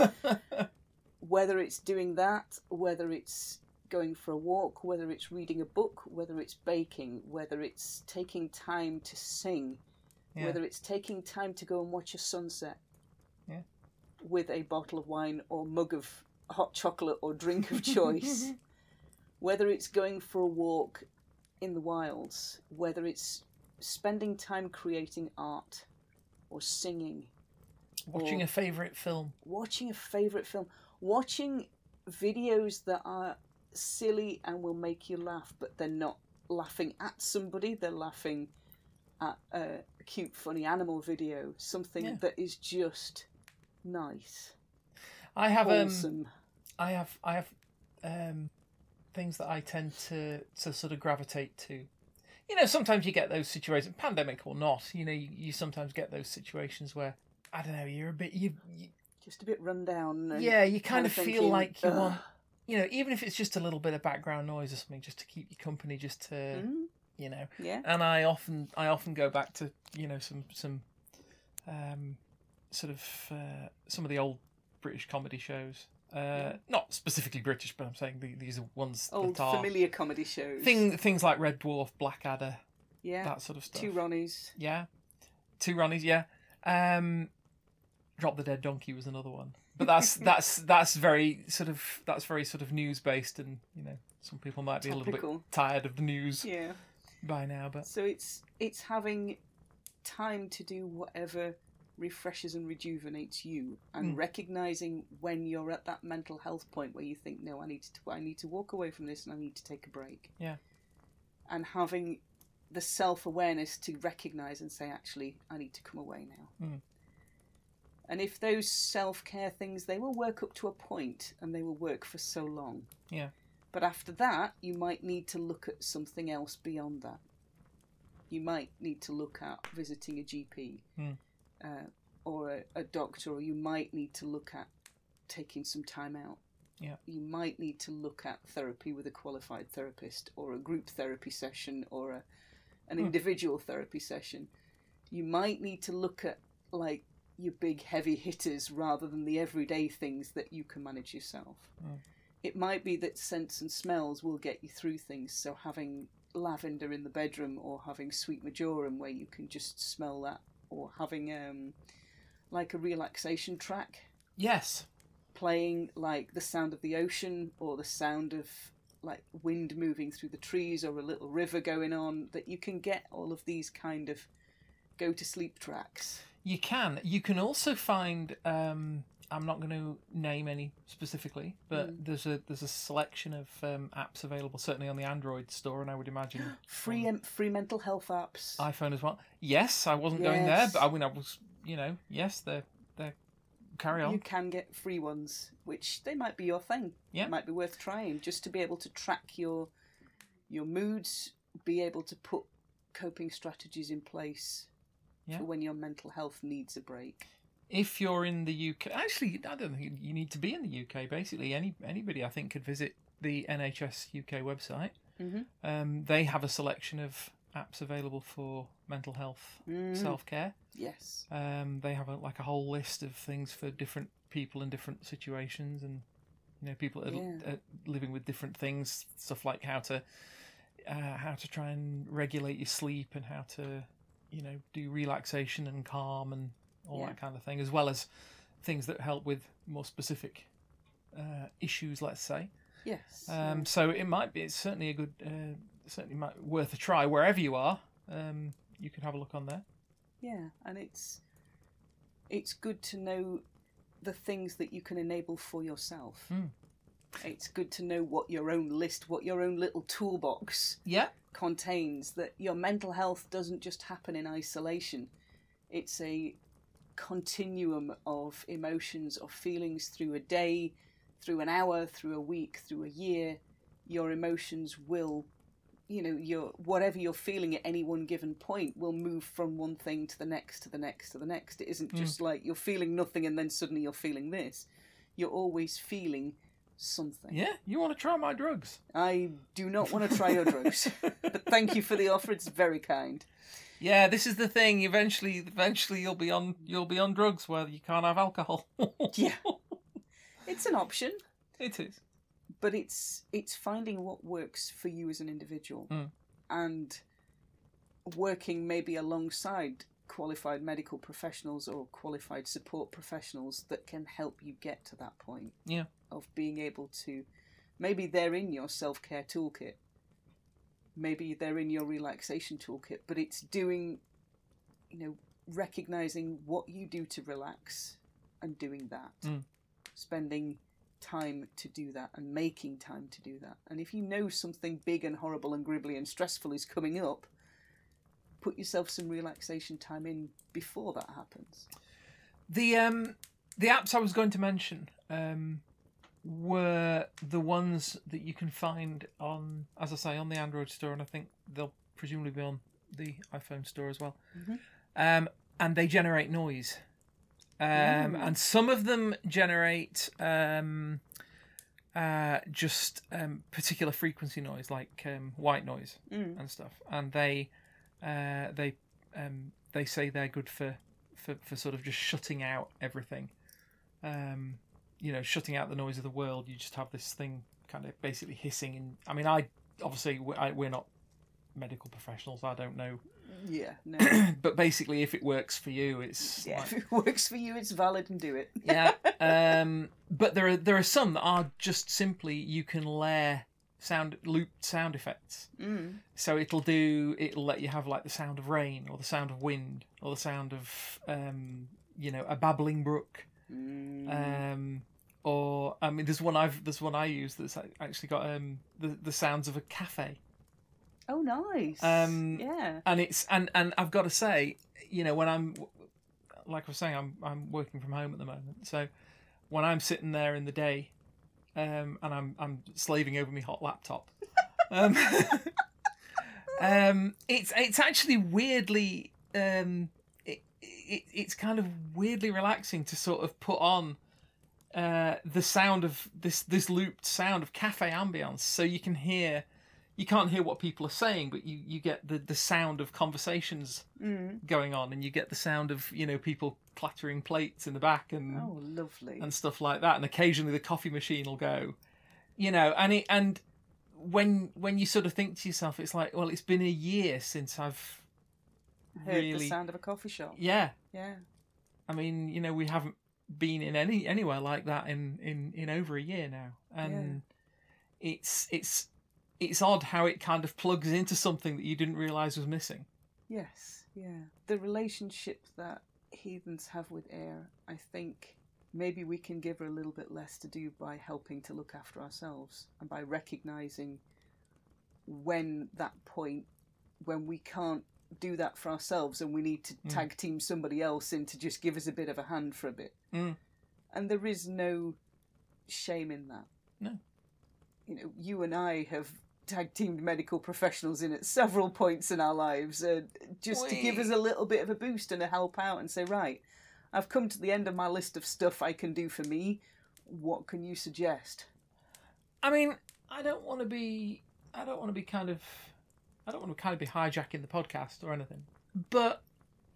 [SPEAKER 2] whether it's doing that, whether it's going for a walk, whether it's reading a book, whether it's baking, whether it's taking time to sing,
[SPEAKER 3] Yeah.
[SPEAKER 2] whether it's taking time to go and watch a sunset
[SPEAKER 3] Yeah.
[SPEAKER 2] with a bottle of wine or mug of hot chocolate or drink of choice, whether it's going for a walk in the wilds, whether it's spending time creating art or singing
[SPEAKER 3] watching
[SPEAKER 2] or-
[SPEAKER 3] a favorite film
[SPEAKER 2] watching a favorite film, watching videos that are silly and will make you laugh, but they're not laughing at somebody, they're laughing at a cute, funny animal video, something
[SPEAKER 3] Yeah.
[SPEAKER 2] that is just nice,
[SPEAKER 3] I have um,
[SPEAKER 2] wholesome.
[SPEAKER 3] I have, I have, um, things that I tend to to sort of gravitate to. You know, sometimes you get those situations, pandemic or not. You know, you, you sometimes get those situations where I don't know, you're a bit, you, you
[SPEAKER 2] just a bit run down. and
[SPEAKER 3] yeah, you kind of feel
[SPEAKER 2] thinking,
[SPEAKER 3] like you
[SPEAKER 2] "Ugh."
[SPEAKER 3] want, you know, even if it's just a little bit of background noise or something, just to keep you company, just to
[SPEAKER 2] Mm,
[SPEAKER 3] you know.
[SPEAKER 2] yeah,
[SPEAKER 3] and I often I often go back to you know some some um, sort of uh, some of the old British comedy shows. Uh, Not specifically British, but I'm saying the, these are ones
[SPEAKER 2] old
[SPEAKER 3] that are
[SPEAKER 2] familiar comedy shows.
[SPEAKER 3] thing, things like Red Dwarf, Blackadder,
[SPEAKER 2] yeah,
[SPEAKER 3] that sort of stuff.
[SPEAKER 2] two Ronnies.
[SPEAKER 3] yeah, two Ronnies. Yeah, um, Drop the Dead Donkey was another one, but that's that's that's very sort of that's very sort of news based, and you know some people might be a little
[SPEAKER 2] Topical.
[SPEAKER 3] bit tired of the news
[SPEAKER 2] Yeah.
[SPEAKER 3] by now, but
[SPEAKER 2] So it's it's having time to do whatever refreshes and rejuvenates you, and
[SPEAKER 3] Mm.
[SPEAKER 2] recognizing when you're at that mental health point where you think, no, I need to I need to walk away from this, and I need to take a break.
[SPEAKER 3] Yeah.
[SPEAKER 2] And having the self awareness to recognize and say, actually, I need to come away now.
[SPEAKER 3] Mm.
[SPEAKER 2] And if those self care things, they will work up to a point, and they will work for so long.
[SPEAKER 3] Yeah.
[SPEAKER 2] But after that, you might need to look at something else beyond that you might need to look at visiting a GP
[SPEAKER 3] Hmm.
[SPEAKER 2] uh, or a, a doctor, or you might need to look at taking some time out.
[SPEAKER 3] Yeah.
[SPEAKER 2] You might need to look at therapy with a qualified therapist, or a group therapy session, or a, an
[SPEAKER 3] Hmm.
[SPEAKER 2] individual therapy session. You might need to look at like your big heavy hitters rather than the everyday things that you can manage yourself.
[SPEAKER 3] Hmm.
[SPEAKER 2] It might be that scents and smells will get you through things, so having lavender in the bedroom or having sweet majoram where you can just smell that or having um like a relaxation track
[SPEAKER 3] yes,
[SPEAKER 2] playing like the sound of the ocean or the sound of like wind moving through the trees or a little river going on that you can get all of these kind of go to sleep tracks
[SPEAKER 3] You can. You can also find. Um, I'm not going to name any specifically, but
[SPEAKER 2] Mm.
[SPEAKER 3] there's a there's a selection of um, apps available, certainly on the Android store, and I would imagine
[SPEAKER 2] free em- free mental health apps
[SPEAKER 3] iPhone as well. Yes, I wasn't going there,
[SPEAKER 2] Yes.
[SPEAKER 3] but I mean, I was. You know, yes, they're they're carry on.
[SPEAKER 2] You can get free ones, which they might be your thing.
[SPEAKER 3] Yeah.
[SPEAKER 2] might be worth trying just to be able to track your your moods, be able to put coping strategies in place
[SPEAKER 3] Yeah.
[SPEAKER 2] for when your mental health needs a break.
[SPEAKER 3] If you're in the UK, actually, I don't think you need to be in the UK. Basically, any anybody I think could visit the NHS UK website.
[SPEAKER 2] Mhm.
[SPEAKER 3] Um, they have a selection of apps available for mental health
[SPEAKER 2] Mm.
[SPEAKER 3] self care.
[SPEAKER 2] Yes.
[SPEAKER 3] Um, they have a, like a whole list of things for different people in different situations, and you know people that are,
[SPEAKER 2] Yeah.
[SPEAKER 3] are living with different things, stuff like how to uh, how to try and regulate your sleep and how to you know do relaxation and calm and all
[SPEAKER 2] Yeah.
[SPEAKER 3] that kind of thing, as well as things that help with more specific uh, issues, let's say.
[SPEAKER 2] Yes.
[SPEAKER 3] Um, so it might be. It's certainly a good, uh, certainly might worth a try wherever you are. Um, you can have a look on there.
[SPEAKER 2] Yeah, and it's it's good to know the things that you can enable for yourself.
[SPEAKER 3] Mm.
[SPEAKER 2] It's good to know what your own list, what your own little toolbox
[SPEAKER 3] Yeah.
[SPEAKER 2] contains that your mental health doesn't just happen in isolation. It's a continuum of emotions or feelings through a day, through an hour, through a week, through a year. Your emotions will, you know, your whatever you're feeling at any one given point will move from one thing to the next to the next to the next. It isn't just like you're feeling nothing and then suddenly you're feeling this. You're always feeling something.
[SPEAKER 3] Yeah. You want to try my drugs?
[SPEAKER 2] I do not want to try your drugs, but thank you for the offer. It's very kind.
[SPEAKER 3] Yeah. This is the thing. Eventually, eventually you'll be on you'll be on drugs where you can't have alcohol.
[SPEAKER 2] Yeah, it's an option,
[SPEAKER 3] it is.
[SPEAKER 2] but it's it's finding what works for you as an individual
[SPEAKER 3] Mm.
[SPEAKER 2] and working maybe alongside qualified medical professionals or qualified support professionals that can help you get to that point
[SPEAKER 3] Yeah.
[SPEAKER 2] of being able to maybe they're in your self-care toolkit maybe they're in your relaxation toolkit but it's doing you know recognizing what you do to relax and doing that
[SPEAKER 3] Mm.
[SPEAKER 2] spending time to do that and making time to do that and if you know something big and horrible and gribbly and stressful is coming up put yourself some relaxation time in before that happens
[SPEAKER 3] The um the apps I was going to mention um were the ones that you can find on, as I say, on the Android store, and I think they'll presumably be on the iPhone store as well.
[SPEAKER 2] Mhm.
[SPEAKER 3] Um, and they generate noise, um,
[SPEAKER 2] Mm.
[SPEAKER 3] and some of them generate um, uh, just um, particular frequency noise, like um, white noise
[SPEAKER 2] Mm.
[SPEAKER 3] and stuff, and they uh, they um, they say they're good for, for for sort of just shutting out everything, um, you know, shutting out the noise of the world. You just have this thing kind of basically hissing. And I mean, I obviously we- I, we're not medical professionals. I don't know,
[SPEAKER 2] yeah no
[SPEAKER 3] but basically, if it works for you, it's
[SPEAKER 2] yeah
[SPEAKER 3] like-
[SPEAKER 2] if it works for you it's valid and do it
[SPEAKER 3] yeah. Um, but there are there are some that are just simply you can layer sound looped sound effects.
[SPEAKER 2] mm.
[SPEAKER 3] so it'll do it'll let you have like the sound of rain or the sound of wind or the sound of um you know a babbling brook
[SPEAKER 2] Mm. Uh,
[SPEAKER 3] um or i mean there's one i've there's one i use that's ac- actually got um the, the sounds of a cafe
[SPEAKER 2] oh nice
[SPEAKER 3] Um,
[SPEAKER 2] yeah
[SPEAKER 3] and it's and and i've got to say you know when i'm like i was saying i'm i'm working from home at the moment so when i'm sitting there in the day um and i'm i'm slaving over my hot laptop um, um it's it's actually weirdly um it, it it's kind of weirdly relaxing to sort of put on uh, the sound of this this looped sound of cafe ambience so you can hear you can't hear what people are saying but you, you get the, the sound of conversations
[SPEAKER 2] mm.
[SPEAKER 3] going on and you get the sound of you know people clattering plates in the back and
[SPEAKER 2] oh lovely
[SPEAKER 3] and stuff like that and occasionally the coffee machine will go you know and it and when when you sort of think to yourself it's like well it's been a year since i've
[SPEAKER 2] heard the
[SPEAKER 3] really
[SPEAKER 2] sound of a coffee shop
[SPEAKER 3] yeah
[SPEAKER 2] yeah
[SPEAKER 3] I mean, you know, we haven't been in any anywhere like that in in in over a year now, and it's it's it's odd how it kind of plugs into something that you didn't realize was missing.
[SPEAKER 2] Yes, yeah. The relationship that heathens have with air, I think maybe we can give her a little bit less to do by helping to look after ourselves and by recognizing when that point when we can't do that for ourselves and we need to
[SPEAKER 3] Mm.
[SPEAKER 2] tag team somebody else in to just give us a bit of a hand for a bit.
[SPEAKER 3] Mm.
[SPEAKER 2] and there is no shame in that.
[SPEAKER 3] No.
[SPEAKER 2] You know, you and I have tag teamed medical professionals in at several points in our lives, uh, just to give
[SPEAKER 3] We-
[SPEAKER 2] us a little bit of a boost and to help out and say, right, I've come to the end of my list of stuff I can do for me. What can you suggest?
[SPEAKER 3] I mean, I don't want to be. I don't want to be kind of. I don't want to kind of be hijacking the podcast or anything. But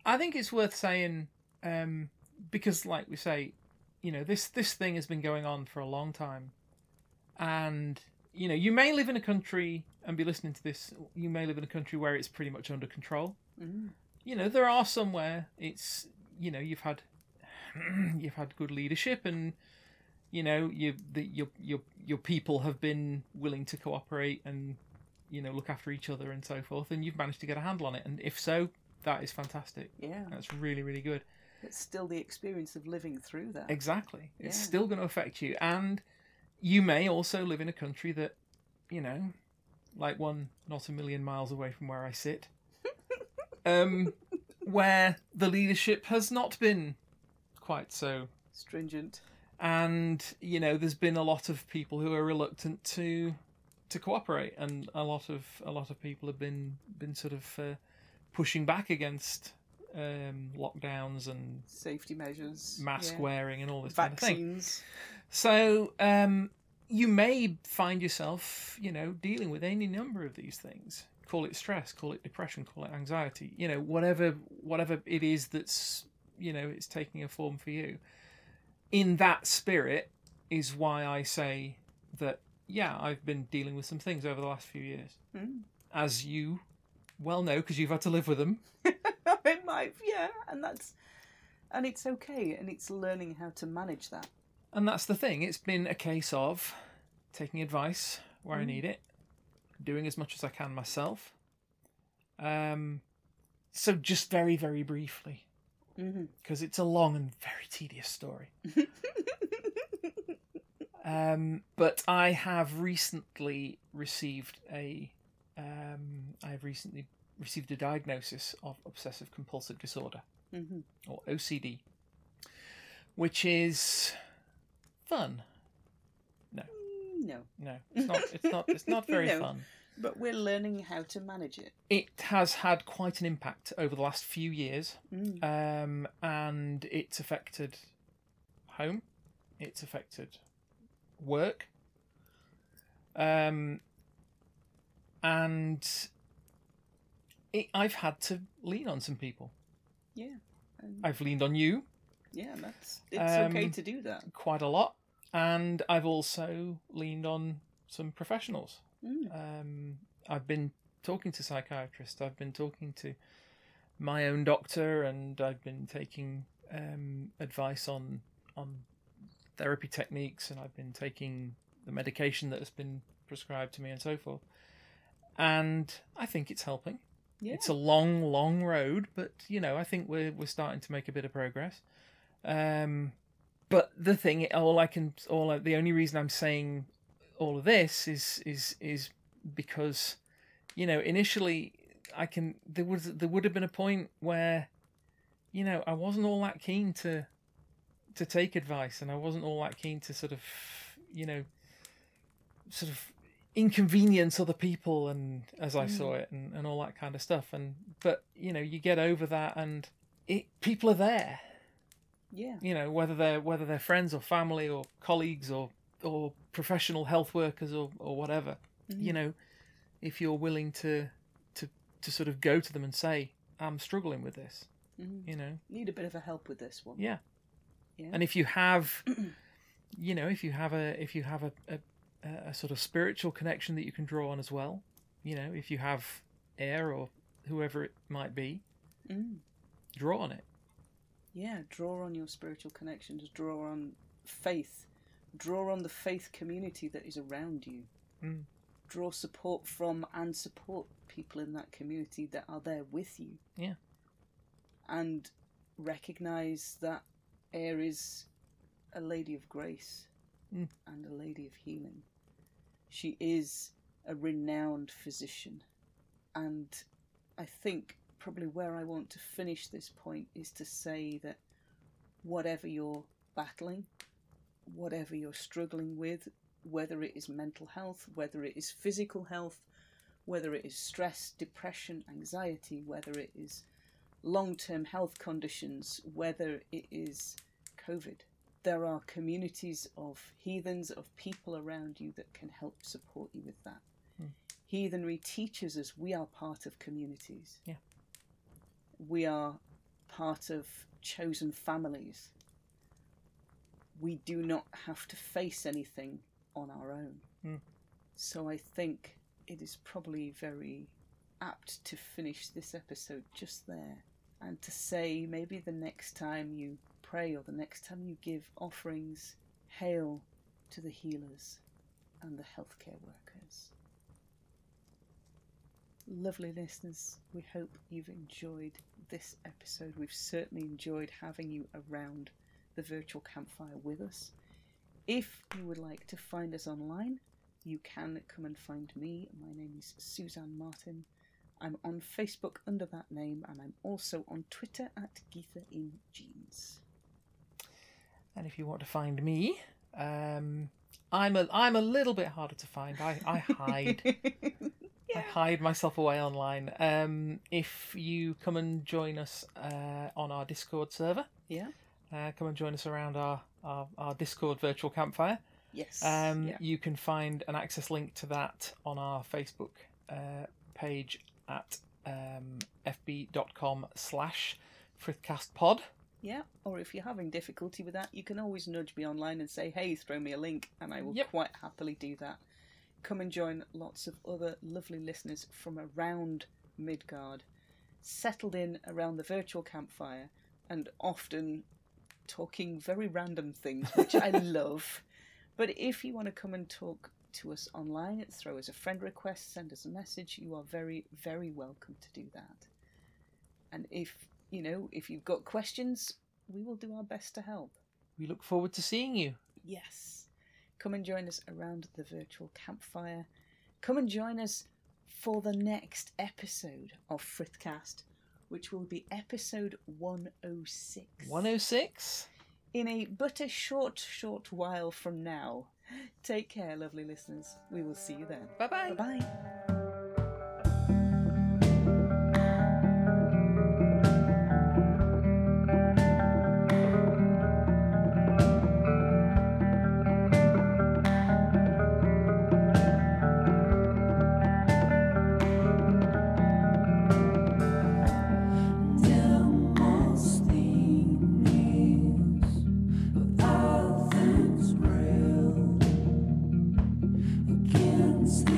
[SPEAKER 3] I think it's worth saying um, because, like we say, you know this this thing has been going on for a long time, and you know you may live in a country and be listening to this. You may live in a country where it's pretty much under control.
[SPEAKER 2] Mm.
[SPEAKER 3] You know there are somewhere it's you know you've had you've had good leadership and you know you the, your your your people have been willing to cooperate and you know look after each other and so forth and you've managed to get a handle on it and if so that is fantastic
[SPEAKER 2] Yeah,
[SPEAKER 3] that's really really good
[SPEAKER 2] it's still the experience of living through that.
[SPEAKER 3] exactly it's
[SPEAKER 2] Yeah.
[SPEAKER 3] still going to affect you and you may also live in a country that you know like one not a million miles away from where i sit um where the leadership has not been quite so
[SPEAKER 2] Stringent.
[SPEAKER 3] and you know there's been a lot of people who are reluctant to to cooperate and a lot of a lot of people have been been sort of uh, pushing back against um lockdowns and
[SPEAKER 2] safety measures,
[SPEAKER 3] mask
[SPEAKER 2] yeah.
[SPEAKER 3] wearing and all this kind of thing
[SPEAKER 2] vaccines.
[SPEAKER 3] so um you may find yourself you know dealing with any number of these things call it stress call it depression call it anxiety you know whatever whatever it is that's you know it's taking a form for you in that spirit is why i say that yeah i've been dealing with some things over the last few years
[SPEAKER 2] Mm.
[SPEAKER 3] as you well know because you've had to live with them
[SPEAKER 2] it might, yeah, and that's and it's okay, and it's learning how to manage that.
[SPEAKER 3] And that's the thing. It's been a case of taking advice where I need it, doing as much as I can myself. Um, so just very, very briefly,
[SPEAKER 2] Mm-hmm.
[SPEAKER 3] because it's a long and very tedious story.
[SPEAKER 2] Mm-hmm.
[SPEAKER 3] um, but I have recently received a, um, I have recently received a diagnosis of obsessive compulsive disorder
[SPEAKER 2] Mm-hmm.
[SPEAKER 3] or OCD, which is fun.
[SPEAKER 2] No,
[SPEAKER 3] No, it's not. It's not. It's not very
[SPEAKER 2] No.
[SPEAKER 3] fun.
[SPEAKER 2] but we're learning how to manage it.
[SPEAKER 3] It has had quite an impact over the last few years,
[SPEAKER 2] Mm.
[SPEAKER 3] um, and it's affected home. It's affected work. Um, and it, I've had to lean on some people.
[SPEAKER 2] Yeah, and
[SPEAKER 3] I've leaned on you.
[SPEAKER 2] yeah, that's it's okay
[SPEAKER 3] Um,
[SPEAKER 2] to do that.
[SPEAKER 3] quite a lot, and I've also leaned on some professionals.
[SPEAKER 2] Mm.
[SPEAKER 3] Um, I've been talking to psychiatrists, I've been talking to my own doctor, and I've been taking um, advice on on therapy techniques, and I've been taking the medication that has been prescribed to me, and so forth. And I think it's helping.
[SPEAKER 2] Yeah,
[SPEAKER 3] It's a long, long road, but you know, I think we're we're starting to make a bit of progress. Um, but the thing, all I can, all I, the only reason I'm saying all of this is is is because, you know, initially I can there was there would have been a point where, you know, I wasn't all that keen to to take advice, and I wasn't all that keen to sort of, you know, sort of inconvenience other people and as I saw it and, and all that kind of stuff and but you know you get over that and it people are there
[SPEAKER 2] yeah,
[SPEAKER 3] you know whether they're whether they're friends or family or colleagues or or professional health workers or or whatever
[SPEAKER 2] Mm-hmm. Mm.
[SPEAKER 3] you know if you're willing to to to sort of go to them and say I'm struggling with this
[SPEAKER 2] Mm.
[SPEAKER 3] you know
[SPEAKER 2] need a bit of a help with this one.
[SPEAKER 3] yeah.
[SPEAKER 2] Yeah.
[SPEAKER 3] And if you have, you know, if you have a if you have a, a a sort of spiritual connection that you can draw on as well, you know, if you have air or whoever it might be,
[SPEAKER 2] Mm.
[SPEAKER 3] draw on it.
[SPEAKER 2] Yeah, draw on your spiritual connections, draw on faith, draw on the faith community that is around you.
[SPEAKER 3] Mm.
[SPEAKER 2] Draw support from and support people in that community that are there with you.
[SPEAKER 3] Yeah.
[SPEAKER 2] And recognize that Air is a lady of grace
[SPEAKER 3] Mm.
[SPEAKER 2] and a lady of healing. She is a renowned physician. And I think probably where I want to finish this point is to say that whatever you're battling, whatever you're struggling with, whether it is mental health, whether it is physical health, whether it is stress, depression, anxiety, whether it is long term health conditions, whether it is COVID. There are communities of heathens, of people around you that can help support you with that. Heathenry teaches us we are part of communities.
[SPEAKER 3] Yeah.
[SPEAKER 2] We are part of chosen families. We do not have to face anything on our own.
[SPEAKER 3] Mm.
[SPEAKER 2] So I think it is probably very apt to finish this episode just there and to say maybe the next time you pray or the next time you give offerings, hail to the healers and the healthcare workers. Lovely listeners, we hope you've enjoyed this episode. We've certainly enjoyed having you around the virtual campfire with us. If you would like to find us online, you can come and find me. My name is Suzanne Martin. I'm on Facebook under that name, and I'm also on Twitter at Geetha in Jeans.
[SPEAKER 3] And if you want to find me, um, I'm a I'm a little bit harder to find. I, I hide. I hide myself away online. Um, if you come and join us uh, on our Discord server,
[SPEAKER 2] Yeah.
[SPEAKER 3] uh, come and join us around our, our, our Discord virtual campfire.
[SPEAKER 2] Yes.
[SPEAKER 3] Um,
[SPEAKER 2] yeah.
[SPEAKER 3] You can find an access link to that on our Facebook uh, page at um, fb.com slash frithcastpod.
[SPEAKER 2] Yeah. Or if you're having difficulty with that, you can always nudge me online and say, "Hey, throw me a link," and I will
[SPEAKER 3] Yep.
[SPEAKER 2] quite happily do that. Come and join lots of other lovely listeners from around Midgard, settled in around the virtual campfire, and often talking very random things, which I love. But if you want to come and talk to us online, throw us a friend request, send us a message, you are very, very welcome to do that. And if, you know, if you've got questions, we will do our best to help.
[SPEAKER 3] We look forward to seeing you.
[SPEAKER 2] Yes. Come and join us around the virtual campfire. Come and join us for the next episode of Frithcast, which will be episode 106.
[SPEAKER 3] 106.
[SPEAKER 2] in a but a short, short while from now. Take care, lovely listeners. We will see you then.
[SPEAKER 3] Bye-bye.
[SPEAKER 2] Bye.
[SPEAKER 4] Against the